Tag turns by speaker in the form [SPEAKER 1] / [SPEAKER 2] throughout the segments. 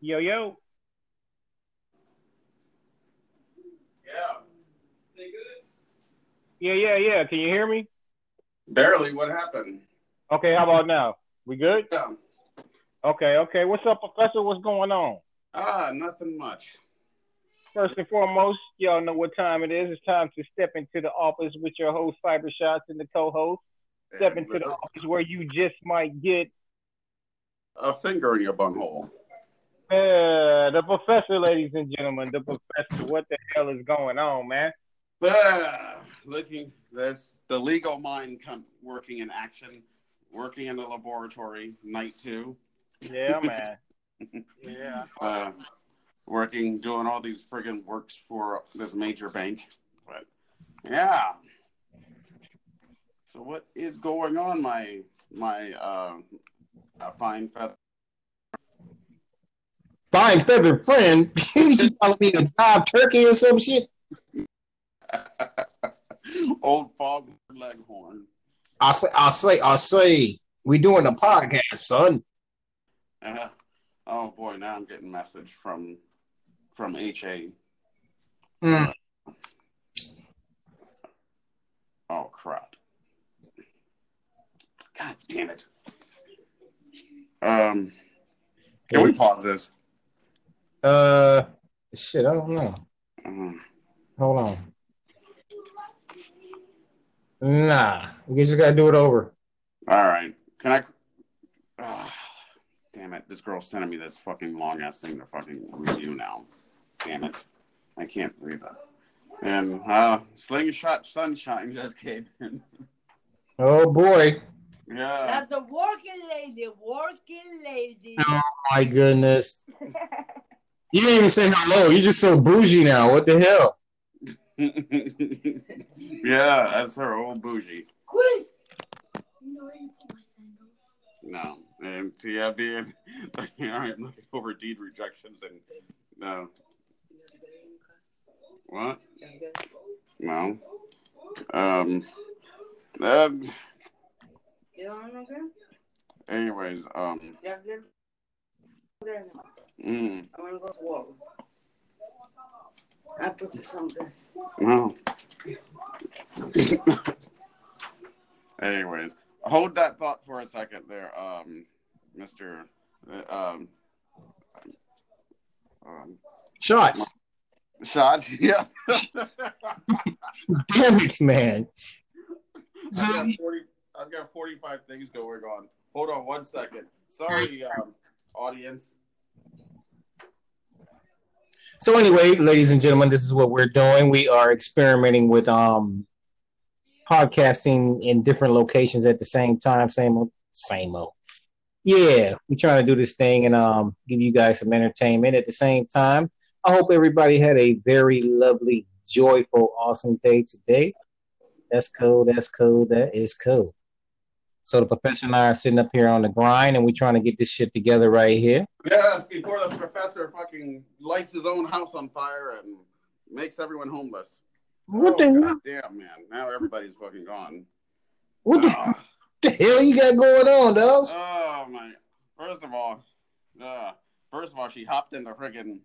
[SPEAKER 1] Yo, yo.
[SPEAKER 2] Yeah.
[SPEAKER 1] Yeah, yeah, yeah. Can you hear me?
[SPEAKER 2] Barely. What happened?
[SPEAKER 1] Okay, how about now? We good?
[SPEAKER 2] Yeah.
[SPEAKER 1] Okay, okay. What's up, Professor? What's going on?
[SPEAKER 2] Ah, nothing much.
[SPEAKER 1] First and foremost, y'all know what time it is. It's time to step into the office with your host, Cyber Shots, and the co host. Step into the office where you just might get
[SPEAKER 2] a finger in your bunghole.
[SPEAKER 1] uh, the professor, ladies and gentlemen. The professor, what the hell is going on, man?
[SPEAKER 2] Ah, looking this the legal mind come working in action, working in the laboratory night two,
[SPEAKER 1] Yeah, man. yeah.
[SPEAKER 2] uh, working doing all these friggin' works for this major bank. But yeah. So what is going on, my my uh, uh, fine feather?
[SPEAKER 3] fine feathered friend. you calling me a job turkey or some shit?
[SPEAKER 2] Old foghorn leghorn.
[SPEAKER 3] I say, I say, I say, we doing a podcast, son.
[SPEAKER 2] Uh, oh boy, now I'm getting message from from HA.
[SPEAKER 3] Mm.
[SPEAKER 2] Oh crap! God damn it! Um, can we pause this?
[SPEAKER 3] Uh, shit, I don't know.
[SPEAKER 2] Um,
[SPEAKER 3] Hold on. Nah, we just gotta do it over.
[SPEAKER 2] all right, can I? ah, damn it! This girl's sending me this fucking long ass thing to fucking review now. Damn it! I can't read that. And uh, slingshot sunshine just came in.
[SPEAKER 3] Oh boy.
[SPEAKER 2] Yeah.
[SPEAKER 4] That's the working lady, working lady.
[SPEAKER 3] Oh my goodness. You didn't even say hello. You're just so bougie now. What the hell?
[SPEAKER 2] yeah, that's her old bougie.
[SPEAKER 4] Chris! You know you put my sandals.
[SPEAKER 2] No, and see, I'm being I'm looking over deed rejections and no. What? No. Um. um,
[SPEAKER 4] You don't know okay?
[SPEAKER 2] anyways, um.
[SPEAKER 4] Yeah, then- then
[SPEAKER 2] Mm,
[SPEAKER 4] I want to go to war. I put something.
[SPEAKER 2] no. anyways, hold that thought for a second there, um, Mister. Um. Um,
[SPEAKER 3] Shots.
[SPEAKER 2] shot. Yeah.
[SPEAKER 3] Damn it, man. So-
[SPEAKER 2] I've got, 40, I've got 45 things going on. Hold on one second. Sorry, um, audience.
[SPEAKER 3] So anyway, ladies and gentlemen, this is what we're doing. We are experimenting with um podcasting in different locations at the same time, same old, same old. Yeah, we're trying to do this thing and um give you guys some entertainment at the same time. I hope everybody had a very lovely, joyful, awesome day today. That's cool, that's cool, that is cool. So the professor and I are sitting up here on the grind and we're trying to get this shit together right here.
[SPEAKER 2] Yes, before the professor fucking lights his own house on fire and makes everyone homeless.
[SPEAKER 3] What
[SPEAKER 1] Oh,
[SPEAKER 3] the hell?
[SPEAKER 2] Damn, man. Now everybody's fucking gone.
[SPEAKER 3] What the,
[SPEAKER 2] Ah.
[SPEAKER 3] the hell you got going on, dogs?
[SPEAKER 2] Oh my! First of all, uh, first of all, she hopped in the friggin'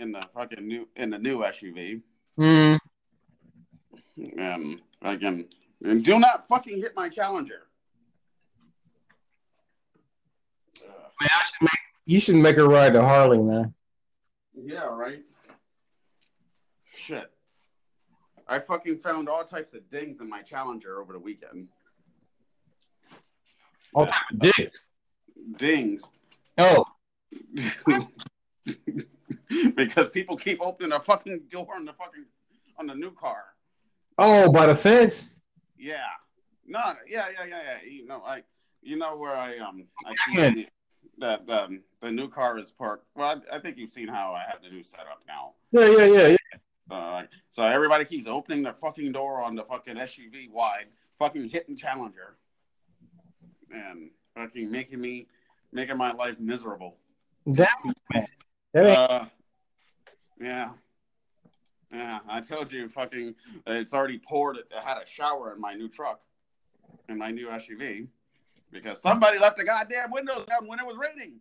[SPEAKER 2] in the fucking new in the new SUV.
[SPEAKER 3] Mm.
[SPEAKER 2] Um, again, and do not fucking hit my Challenger. Ugh.
[SPEAKER 3] You should make her ride to Harley, man.
[SPEAKER 2] Yeah, right. Shit. I fucking found all types of dings in my Challenger over the weekend.
[SPEAKER 3] Oh, dick.
[SPEAKER 2] Dings.
[SPEAKER 3] Oh,
[SPEAKER 2] because people keep opening the fucking door on the fucking on the new car.
[SPEAKER 3] oh, by the fence.
[SPEAKER 2] Yeah. No. Yeah. Yeah. Yeah. Yeah. You know, I. You know where I um. I
[SPEAKER 3] Yeah.
[SPEAKER 2] keep that um the new car is parked. Well, I, I think you've seen how I have the new setup now.
[SPEAKER 3] Yeah, yeah, yeah, yeah.
[SPEAKER 2] Uh, so everybody keeps opening their fucking door on the fucking SUV wide, fucking hitting Challenger, and fucking making me making my life miserable.
[SPEAKER 3] That, man. That ain't-
[SPEAKER 2] Uh, yeah. Yeah, I told you, fucking, uh, it's already poured. I had a shower in my new truck, in my new SUV, because somebody left the goddamn windows down when it was raining.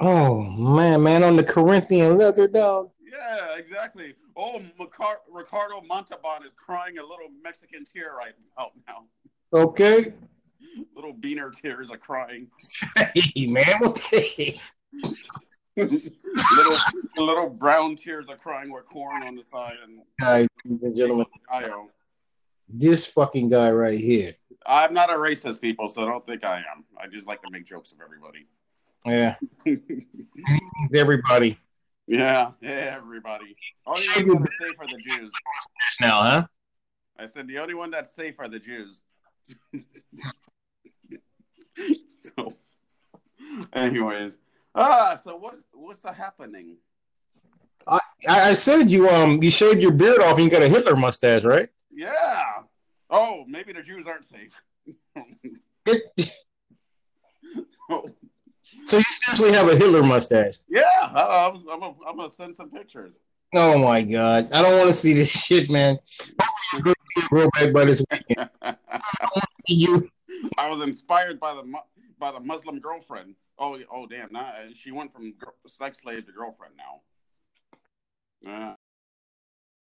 [SPEAKER 3] Oh man, man, on the Corinthian leather dog.
[SPEAKER 2] Yeah, exactly. Oh, Macar- Ricardo Montalban is crying a little Mexican tear right out now.
[SPEAKER 3] Okay.
[SPEAKER 2] Little beaner tears are crying.
[SPEAKER 3] Hey man, what the-
[SPEAKER 2] little little brown tears are crying with corn on the side and
[SPEAKER 3] All right, ladies and gentlemen,
[SPEAKER 2] Io.
[SPEAKER 3] this fucking guy right here.
[SPEAKER 2] I'm not a racist, people, so I don't think I am. I just like to make jokes of everybody.
[SPEAKER 3] Yeah. Everybody
[SPEAKER 2] Yeah, yeah, everybody. Oh, Only ones that are safe are the Jews.
[SPEAKER 3] now, huh?
[SPEAKER 2] I said the only one that's safe are the Jews. so, anyways, ah, so what's what's happening?
[SPEAKER 3] I, I said you um you shaved your beard off and you got a Hitler mustache, right?
[SPEAKER 2] Yeah. Oh, maybe the Jews aren't safe. So,
[SPEAKER 3] so you seriously have a Hitler mustache.
[SPEAKER 2] yeah, I, I was, I'm gonna I'm gonna send some pictures.
[SPEAKER 3] Oh my god. I don't want to see this shit, man. Hopefully you'll grow back by this weekend. You
[SPEAKER 2] I was inspired by the mu- by the Muslim girlfriend. Oh, oh, damn! Nah, she went from gr- sex slave to girlfriend now. Yeah.